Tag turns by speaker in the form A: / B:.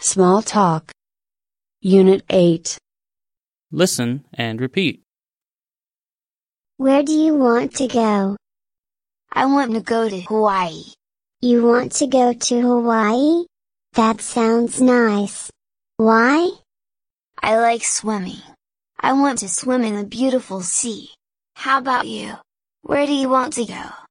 A: Small Talk. Unit 8.
B: Listen and repeat.
C: Where do you want to go?
D: I want to go to Hawaii.
C: You want to go to Hawaii? That sounds nice. Why?
D: I like swimming. I want to swim in the beautiful sea. How about you? Where do you want to go?